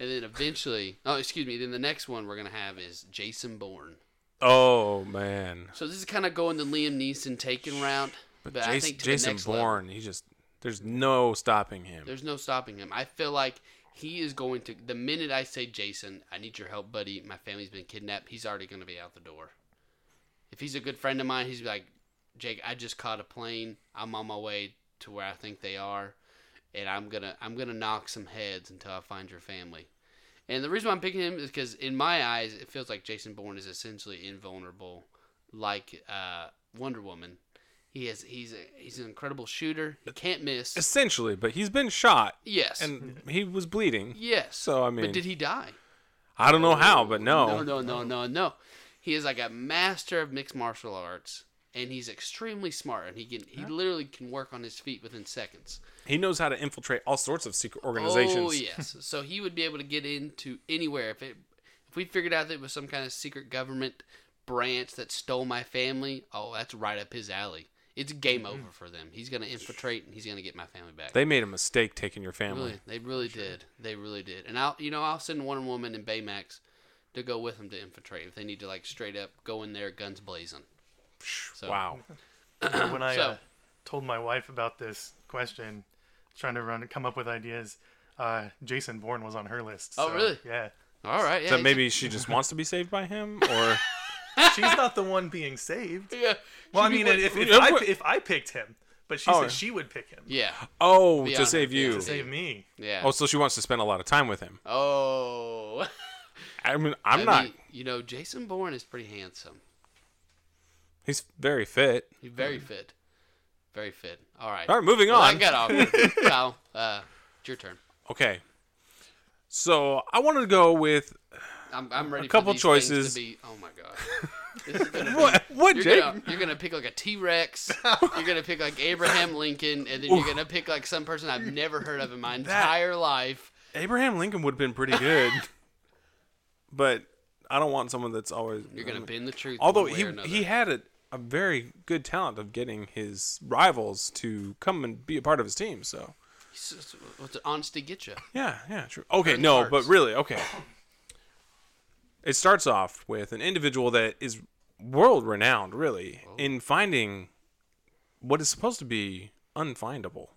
And then eventually, oh, excuse me. Then the next one we're gonna have is Jason Bourne. Oh man, So this is kind of going the Liam Neeson taken route, but, Jason, I think to the Jason next level. Bourne, he just there's no stopping him. there's no stopping him. I feel like he is going to. The minute I say Jason, I need your help, buddy. My family's been kidnapped. He's already gonna be out the door. If he's a good friend of mine, he's like, Jake, I just caught a plane. I'm on my way to where I think they are, and I'm gonna I'm gonna knock some heads until I find your family. And the reason why I'm picking him is because in my eyes, it feels like Jason Bourne is essentially invulnerable, like uh, Wonder Woman. He has he's a, he's an incredible shooter. He can't miss. Essentially, but he's been shot Yes. and he was bleeding. Yes. So, I mean- but did he die? I don't know how, but no. Oh, no, no, no, no. He is like a master of mixed martial arts, and he's extremely smart, and he can he literally can work on his feet within seconds. He knows how to infiltrate all sorts of secret Oh organizations. <laughs> yes, so he would be able to get into anywhere if it if we figured out that it was some kind of secret government branch that stole my family. Oh, that's right up his alley. It's game over for them. He's gonna infiltrate and he's gonna get my family back. Mm-hmm. They made a mistake taking your family. Really, they really did. They really did. And I'll, you know, I'll send Wonder Woman and Baymax to go with them to infiltrate if they need to, like, straight up go in there, guns blazing. So, Wow. when I uh, So- told my wife about this question, trying to run come up with ideas, uh, Jason Bourne was on her list. Oh, so, really? Yeah. All right. Yeah. That he's- maybe she just wants to be saved <laughs> by him, or She's not the one being saved. Yeah. Well, I Should we mean, put- if, if, Yeah, I, but- if I picked him, but she Oh, yeah. said she would pick him yeah. oh, Be to honest, save yeah. you. to save me. Yeah. Oh, so she wants to spend a lot of time with him. Oh. I mean, <laughs> I'm I not. mean, you know, Jason Bourne is pretty handsome. He's very fit. He's very fit. Very fit. All right. Hmm. All right, moving Well, I on. got awkward. <laughs> Kyle, uh, it's your turn. okay. So I wanted to go with I'm, I'm ready. couple for these things choices. To be, oh my god. This is gonna be- what? What, You're Jake? gonna, you're gonna pick like a T <laughs> Rex. You're gonna pick like Abraham Lincoln, and then you're gonna pick like some person I've never heard of in my entire life. Abraham Lincoln would have been pretty good, <laughs> but I don't want someone that's always. You're gonna bend the truth. Although one way he or another. he had a, a very good talent of getting his rivals to come and be a part of his team. So S- s- what's it, honesty get you? yeah, yeah, true. Okay, Early no, parts. but really, okay. It starts off with an individual that is world renowned, really, in finding what is supposed to be unfindable,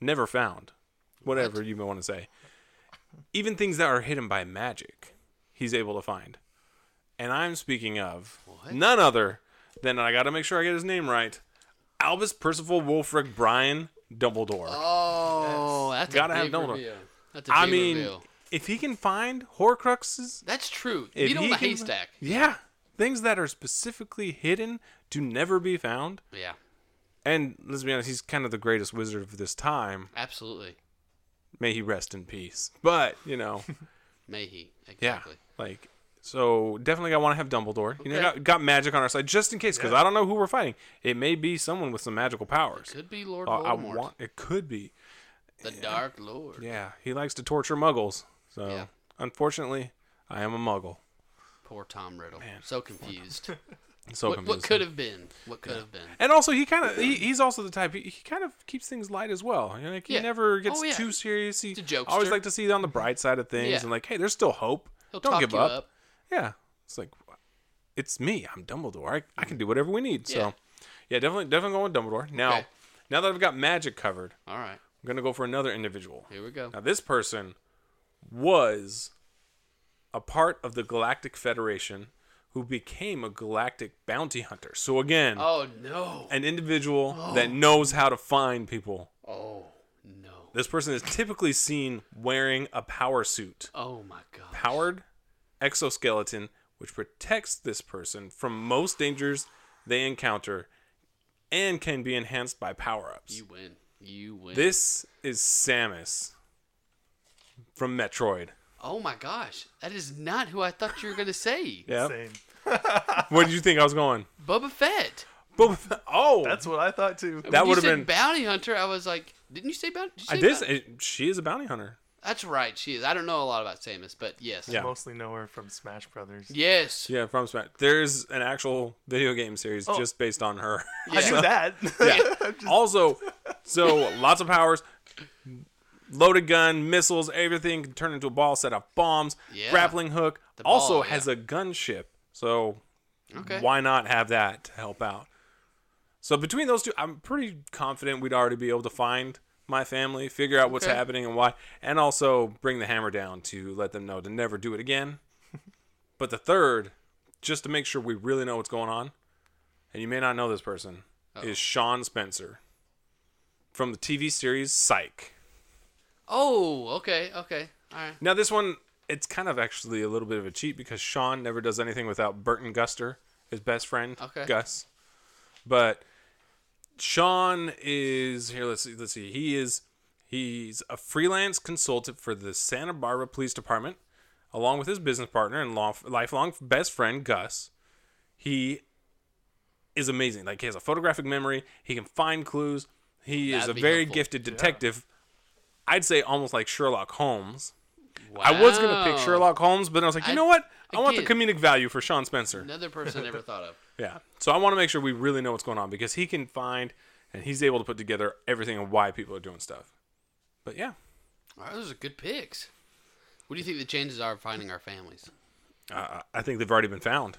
never found, whatever you may want to say. Even things that are hidden by magic, he's able to find. And I'm speaking of none other than, and I got to make sure I get his name right, Albus Percival Wolfric Brian Dumbledore. Oh, that's Gotta a have big Dumbledore. reveal. That's a big I mean, reveal. if he can find Horcruxes, that's true. if You don't he want a can- haystack. Yeah, things that are specifically hidden to never be found. Yeah, And let's be honest, he's kind of the greatest wizard of this time. Absolutely. May he rest in peace. But, <laughs> you know, May he. yeah. Exactly. Like, so definitely I want to have Dumbledore. You know, Okay. got, got magic on our side just in case, because Yeah. I don't know who we're fighting. It may be someone with some magical powers. Could be Lord Uh, I Voldemort, want, it could be. the Dark Lord. Yeah, he likes to torture muggles. So, Yeah. unfortunately, I am a muggle. Poor Tom Riddle. so confused. <laughs> So what, what confusing. could have been? What could have been? And also, he kind of he, he's also the type he, he kind of keeps things light as well. You know, like he Yeah. never gets Oh, yeah. too serious. He He's a I always jokester. like to see on the bright side of things Yeah. and like, hey, there's still hope. He'll Don't talk give you up. up. Yeah, it's like it's me. I'm Dumbledore. I, I can do whatever we need. Yeah. So yeah, definitely definitely going with Dumbledore. Now Okay. now that I've got magic covered, All right. I'm gonna go for another individual. Here we go. Now this person was a part of the Galactic Federation who became a galactic bounty hunter. So again, Oh no. an individual that knows how to find people. Oh no. This person is typically seen wearing a power suit, Oh my god. powered exoskeleton, which protects this person from most dangers they encounter and can be enhanced by power ups. You win. You win. This is Samus from Metroid. Oh my gosh. That is not who I thought you were gonna say. <laughs> Yeah. Same. Where did you think I was going? Boba Fett. Boba Fett- Oh, That's what I thought too. That When you would've said been- bounty hunter. I was like, didn't you say bounty? Did you say I did. bounty- say- She is a bounty hunter. That's right. She is. I don't know a lot about Samus, but yes. Yeah. Mostly know her from Smash Brothers. Yes. Yeah, from Smash. There's an actual video game series Oh. just based on her. <laughs> Yeah. I knew that. Yeah. also, so lots of powers, loaded gun, missiles, everything can turn into a ball, set off bombs, Yeah. grappling hook. The also ball, has yeah. a gunship. So Okay. why not have that to help out? So between those two, I'm pretty confident we'd already be able to find my family, figure out what's Okay. happening and why, and also bring the hammer down to let them know to never do it again. but the third, just to make sure we really know what's going on, and you may not know this person, is Sean Spencer from the TV series Psych. Oh. Okay. Okay. All right. Now this one, it's kind of actually a little bit of a cheat because Sean never does anything without Burton Guster, his best friend, Okay. Gus. But Sean is here. Let's see. Let's see. He is he's a freelance consultant for the Santa Barbara Police Department, along with his business partner and long, lifelong best friend Gus. He is amazing. Like he has a photographic memory. He can find clues. He is That'd a be very helpful. gifted detective. I'd say almost like Sherlock Holmes. I was gonna pick Wow. Sherlock Holmes, but then I was like, you I- know what? I want the again- comedic value for Sean Spencer. Another person I never <laughs> thought of. Yeah. So I want to make sure we really know what's going on because he can find and he's able to put together everything and why people are doing stuff. But yeah, All right, those are good picks. What do you think the chances are of finding our families? uh, I think they've already been found.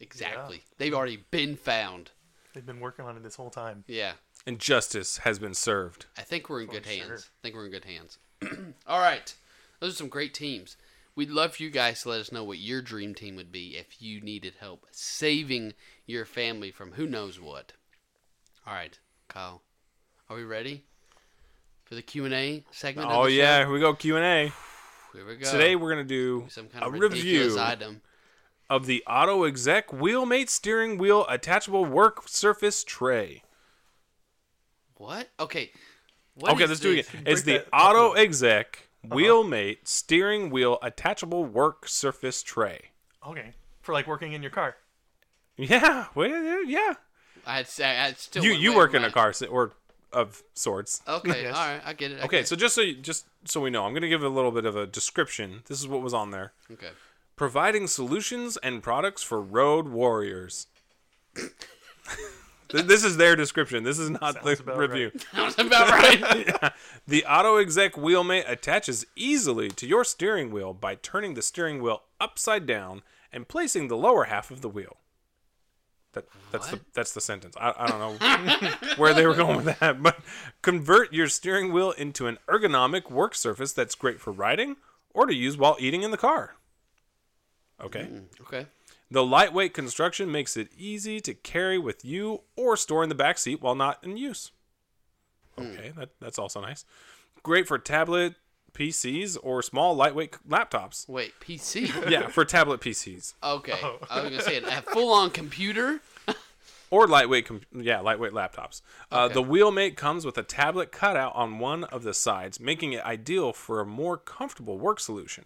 Exactly. They've already been found. <laughs> They've been working on it this whole time. Yeah. And justice has been served. I think we're in good sure. hands. I think we're in good hands. <clears throat> All right. Those are some great teams. We'd love for you guys to let us know what your dream team would be if you needed help saving your family from who knows what. All right, Kyle. Are we ready for the Q&A segment? of Oh the show? yeah, here we go Q and A. Here we go. Today we're gonna do some kind a of ridiculous review item. of the Auto Exec Wheelmate Steering Wheel Attachable Work Surface Tray. What? Okay. What okay, is let's do it this? again. It's the Break that up. Auto Exec Wheelmate Steering Wheel Attachable Work Surface Tray. Okay. For like working in your car. Yeah, well, yeah. I had, I had still You went you way work over in a my- car si- or of sorts. Okay, Yes. all right, I get it. I Okay, get so just so you, just so we know, I'm gonna give a little bit of a description. This is what was on there: it. okay. <laughs> providing solutions and products for road warriors. <laughs> Th- this is their description. This is not Sounds the about review. Sounds about right. <laughs> <laughs> The Auto Exec Wheelmate attaches easily to your steering wheel by turning the steering wheel upside down and placing the lower half of the wheel. That, that's the What? that's the sentence. I, I don't know <laughs> where they were going with that, but convert your steering wheel into an ergonomic work surface that's great for riding or to use while eating in the car. Okay. okay. The lightweight construction makes it easy to carry with you or store in the back seat while not in use. Okay, that, that's also nice. Great for tablet PCs or small lightweight c- <laughs> laptops. Wait, PC. Yeah, for tablet PCs. Oh. <laughs> Okay. I was gonna say a full-on computer. or lightweight, com- yeah, lightweight laptops. Uh, Okay. The Wheelmate comes with a tablet cutout on one of the sides, making it ideal for a more comfortable work solution.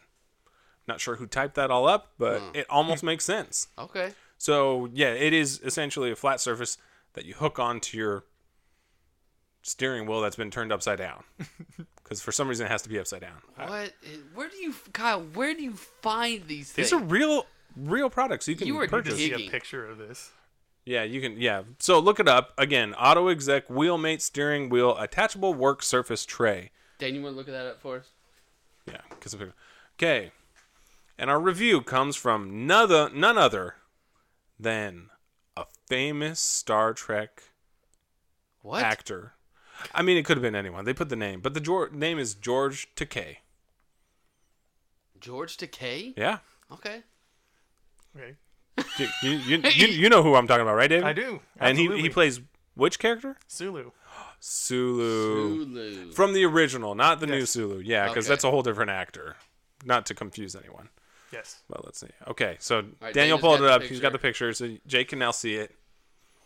Not sure who typed that all up, but it almost makes sense. Okay. So yeah, it is essentially a flat surface that you hook onto your steering wheel that's been turned upside <laughs> down, because for some reason it has to be upside down. What? Where do you, Kyle? Where do you find these things? These are real, real products you can You are purchase. Just see a Digging. picture of this. Yeah, you can. Yeah. So look it up again. Auto Exec Wheelmate Steering Wheel Attachable Work Surface Tray. Dan, you want to look at that up for us? Yeah, because okay. And our review comes from none other, none other than a famous Star Trek What? actor. I mean, it could have been anyone. They put the name, but the Geor- name is George Takei. George Takei? Yeah, Okay. Okay. you, you, you, you, you know who I'm talking about, right, David? I do. And he, he absolutely. plays which character? Sulu. Sulu. Hulu. From the original, not the new Yes. Sulu. Yeah, because Okay. that's a whole different actor. Not to confuse anyone. Yes. But let's see. Okay, so right, Daniel Daniel's pulled got it the up. He's got picture. the picture, so Jake can now see it.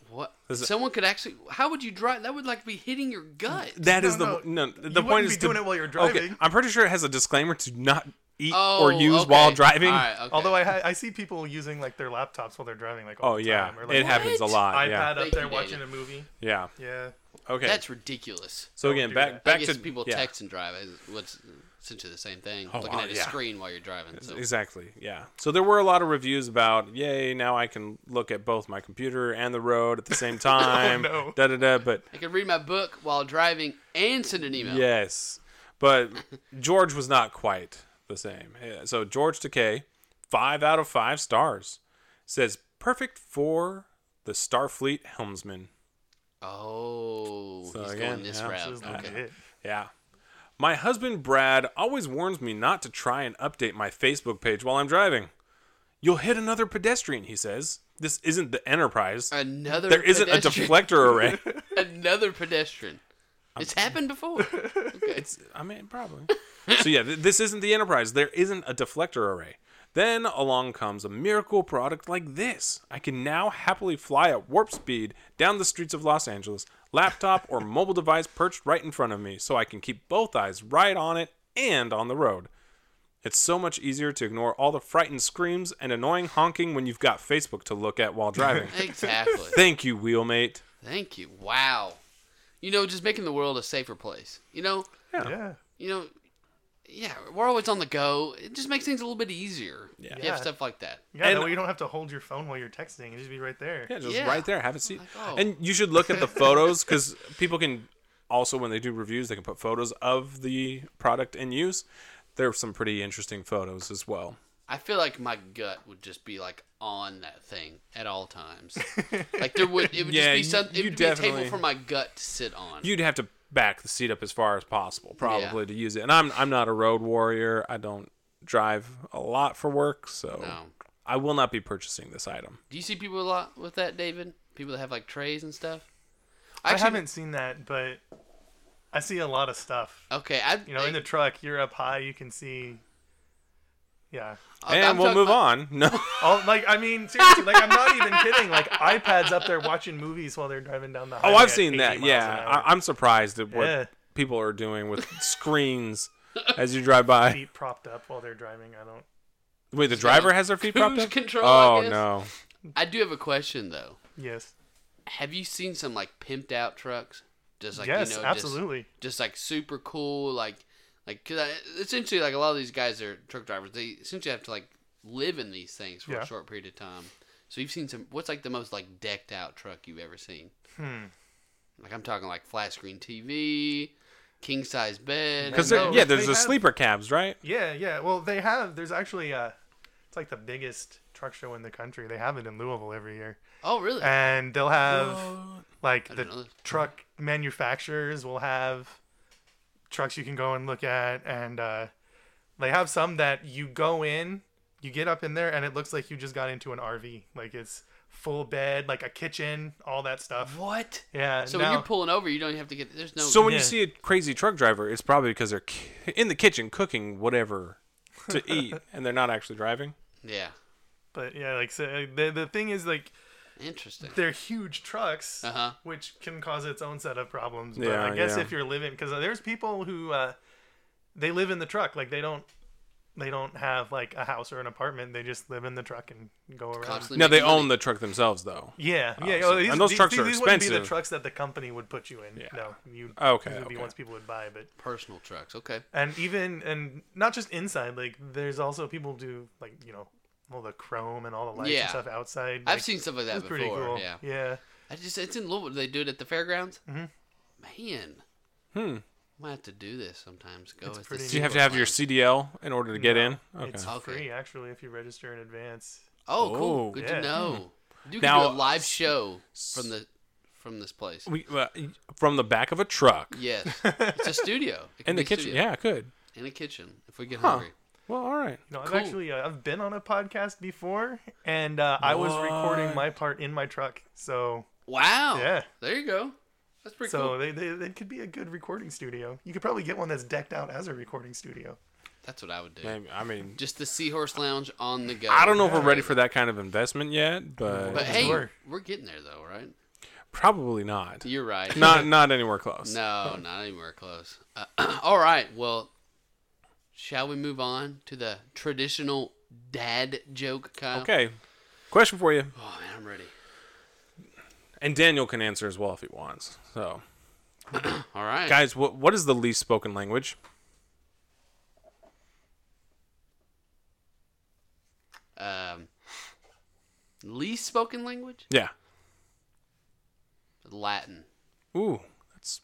What? This is- Someone could actually. How would you drive? That would like be hitting your gut. That is No, the no. the wouldn't point is be to- doing it while you're Okay, driving. I'm pretty sure it has a disclaimer to not eat Oh, or use okay. while driving. All right, okay. Although I ha- I see people using like their laptops while they're driving like all Oh the yeah, time, or, like, it happens a What? lot. iPad yeah, up Thank there you, watching Daniel. a movie. yeah. Yeah. Okay. that's ridiculous. so Don't again, do back that. back I guess to people yeah, text and drive. is What's essentially the same thing. Oh, Looking wow, at a yeah. screen while you're driving. So. Exactly. Yeah. So there were a lot of reviews about, yay, now I can look at both my computer and the road at <laughs> the same time. Oh, no. Da da da. But I could read my book while driving and send an email. Yes, <laughs> but George was not quite the same. Yeah, So George Takei, five out of five stars, says perfect for the Starfleet helmsman. Oh, So he's again, going this yeah. route. This is Okay. legit. Yeah. My husband Brad always warns me not to try and update my Facebook page while I'm driving. You'll hit another pedestrian, he says. This isn't the Enterprise. Another There isn't a pedestrian. deflector <laughs> array. Another pedestrian. It's happened <laughs> before. Okay. It's, I mean, probably. so yeah, th- this isn't the Enterprise. There isn't a deflector array. Then along comes a miracle product like this. I can now happily fly at warp speed down the streets of Los Angeles, laptop or mobile device perched right in front of me, so I can keep both eyes right on it and on the road. It's so much easier to ignore all the frightened screams and annoying honking when you've got Facebook to look at while driving. exactly. Thank you, wheelmate. Thank you. Wow. You know, just making the world a safer place. You know, Yeah. you know, yeah, we're always on the go. It just makes things a little bit easier. Yeah. You Yeah. have stuff like that. Yeah, And- that way you don't have to hold your phone while you're texting. It just be right there. Yeah, just Yeah. right there. Have a seat. Like, oh. And you should look at the <laughs> photos because people can also, when they do reviews, they can put photos of the product in use. There are some pretty interesting photos as well. I feel like my gut would just be like on that thing at all <laughs> times. like there would, it would Yeah, just be you- something. you It would be a table definitely- for my gut to sit on. You'd have to back the seat up as far as possible, probably, to use it. And I'm I'm not a road warrior. I don't drive a lot for work, so No. I will not be purchasing this item. Do you see people a lot with that, David? People that have like trays and stuff. I Actually- haven't seen that, but I see a lot of stuff. Okay, I You know, in the truck, you're up high, you can see. Yeah. I- Oh, I'm and we'll talking move about- on. <laughs> No. Oh, like I mean, seriously, like I'm not even kidding. Like iPads up there watching movies while they're driving down the. Oh, Highway I've at seen 80 that. miles Yeah, an hour. I, I'm surprised at what Yeah. people are doing with screens as you drive <laughs> by. feet propped up while they're driving. I don't. Wait, the driver has their feet propped cruise up. control, I oh guess. no! I do have a question though. Yes. Have you seen some like pimped out trucks? Just like yes. you know, Just, absolutely. just like super cool like like cause I, essentially like a lot of these guys are truck drivers they essentially have to like live in these things for Yeah. a short period of time so you've seen some what's like the most like decked out truck you've ever seen Hmm. like i'm talking like flat screen tv king size bed Because No, yeah, there's they the have- sleeper cabs, right? Yeah. Yeah. Well, they have. There's actually uh It's like the biggest truck show in the country. They have it in Louisville every year, oh really and they'll have like I the don't know. truck manufacturers will have trucks you can go and look at and uh, they have some that you go in you get up in there and it looks like you just got into an rv like it's full bed like a kitchen all that stuff what yeah so now, when you're pulling over you don't have to get there's no So when you Yeah. see a crazy truck driver, it's probably because they're ki- in the kitchen cooking whatever to eat, and they're not actually driving. yeah but yeah like so uh, the, the thing is like Interesting. they're huge trucks, Uh-huh. which can cause its own set of problems. But Yeah, I guess yeah. if you're living, because there's people who uh, they live in the truck, like they don't they don't have like a house or an apartment. They just live in the truck and go around. Constantly Now they making money. own the truck themselves, though. Yeah, yeah. so- oh, these, and those these- trucks these, are wouldn't be the expensive. trucks that the company would put you in. Yeah. No, you. Okay, These would be okay. ones people would buy, but personal trucks. Okay. and even and not just inside. Like there's also people do like you know all the chrome and all the lights Yeah. and stuff outside. I've like, seen stuff like that That's before. pretty cool. Yeah. yeah. I just it's in Louisville. Do They do it at the fairgrounds. Mm-hmm. Man. Hmm. Might have to do this sometimes. Go. It's as the pretty Do you have to Seaboard have your Lounge. CDL in order to get in? Okay. It's Okay. free actually if you register in advance. Oh, cool. Oh, Hmm. Good yeah. to know. You can Now- do a live show from the from this place. we, uh, from the back of a truck Yes, <laughs> it's a studio. It can in be the a kitchen. studio. Yeah, I could. in a kitchen. If we get Huh. hungry. Well, all right. No, I've Cool. actually uh, I've been on a podcast before, and uh, I was recording What? my part in my truck. So Wow. Yeah. There you go. That's pretty so cool. they, they it could be a good recording studio. You could probably get one that's decked out as a recording studio. That's what I would do. Maybe- I mean, Just the Seahorse Lounge on the go. I don't know if we're ready for that kind of investment yet, but, But hey, Sure. we're getting there though, right? <laughs> probably not. You're right. Not not anywhere close. No, not anywhere close. Uh, <clears throat> all right. Well, shall we move on to the traditional dad joke, Kyle? Okay. Question for you, Oh man, I'm ready. and Daniel can answer as well if he wants. So, All right. guys, what what is the least spoken language? Um, least spoken language? Yeah. Latin. Ooh, that's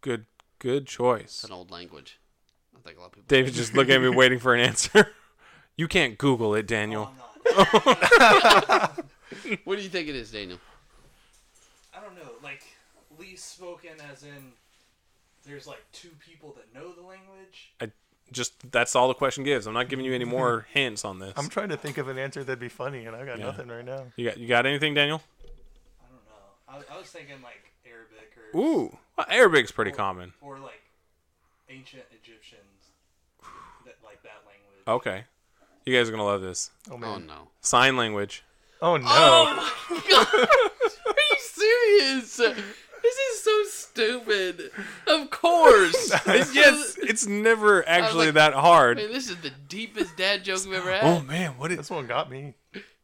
good. Good choice. It's an old language. I think a lot of people. David just looking at <laughs> me, waiting for an answer. <laughs> You can't Google it, Daniel. What do you think it is, Daniel? I don't know, like least spoken as in there's like two people that know the language. I just that's all the question gives. I'm not giving you <laughs> any more hints on this. I'm trying to think of an answer that'd be funny, and I got nothing right now. You got you got anything, Daniel? I don't know. I, I was thinking like Arabic or Ooh, well, Arabic's pretty common. or like ancient Egyptians that like that language. Okay, you guys are gonna love this Oh Oh man. no. sign language. Oh no. Are you serious? This is so stupid. Of <laughs> course. This <laughs> yes, is- it's never actually like- that hard. Man, this is the deepest dad joke I've ever had. Oh man, what This is? one got me.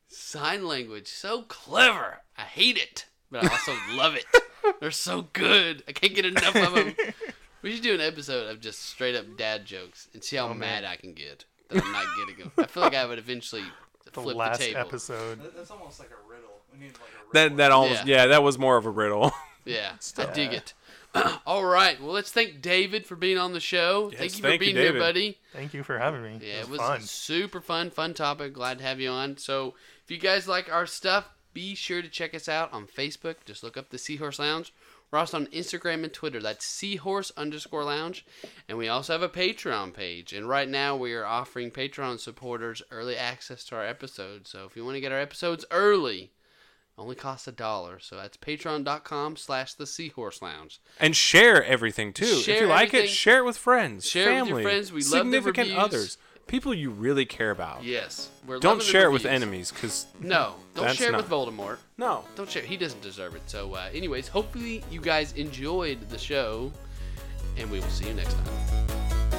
Sign language, so clever. I hate it, but I <laughs> also love it. They're so good. I can't get enough of them. We should do an episode of just straight up dad jokes and see how Oh, mad I can get that I'm not getting them. I feel like I would <laughs> eventually The flip last the table. episode. That, that's almost like a riddle. We need like a That riddle. that almost Yeah. yeah. that was more of a riddle. <laughs> Yeah, I dig it. <clears throat> All right, well, let's thank David for being on the show. thank Yes, you thank for you, being here, David. buddy. Thank you for having me. Yeah, it was, fun. super fun, fun topic. Glad to have you on. So, if you guys like our stuff, be sure to check us out on Facebook. Just look up the Seahorse Lounge. We're also on Instagram and Twitter. That's Seahorse underscore Lounge, and we also have a Patreon page. And right now, we are offering Patreon supporters early access to our episodes. So, if you want to get our episodes early, only costs a dollar. So that's patreon.com slash the Seahorse Lounge. And share everything too. if Share you like it, everything. share it with friends, Share it with your family, friends. We love the significant reviews. others, people you really care about. Yes. We're Don't loving the share it with reviews. enemies, because No. Don't That's share it not- with Voldemort. no. Don't share. He doesn't deserve it. So, uh, anyways, hopefully you guys enjoyed the show, and we will see you next time.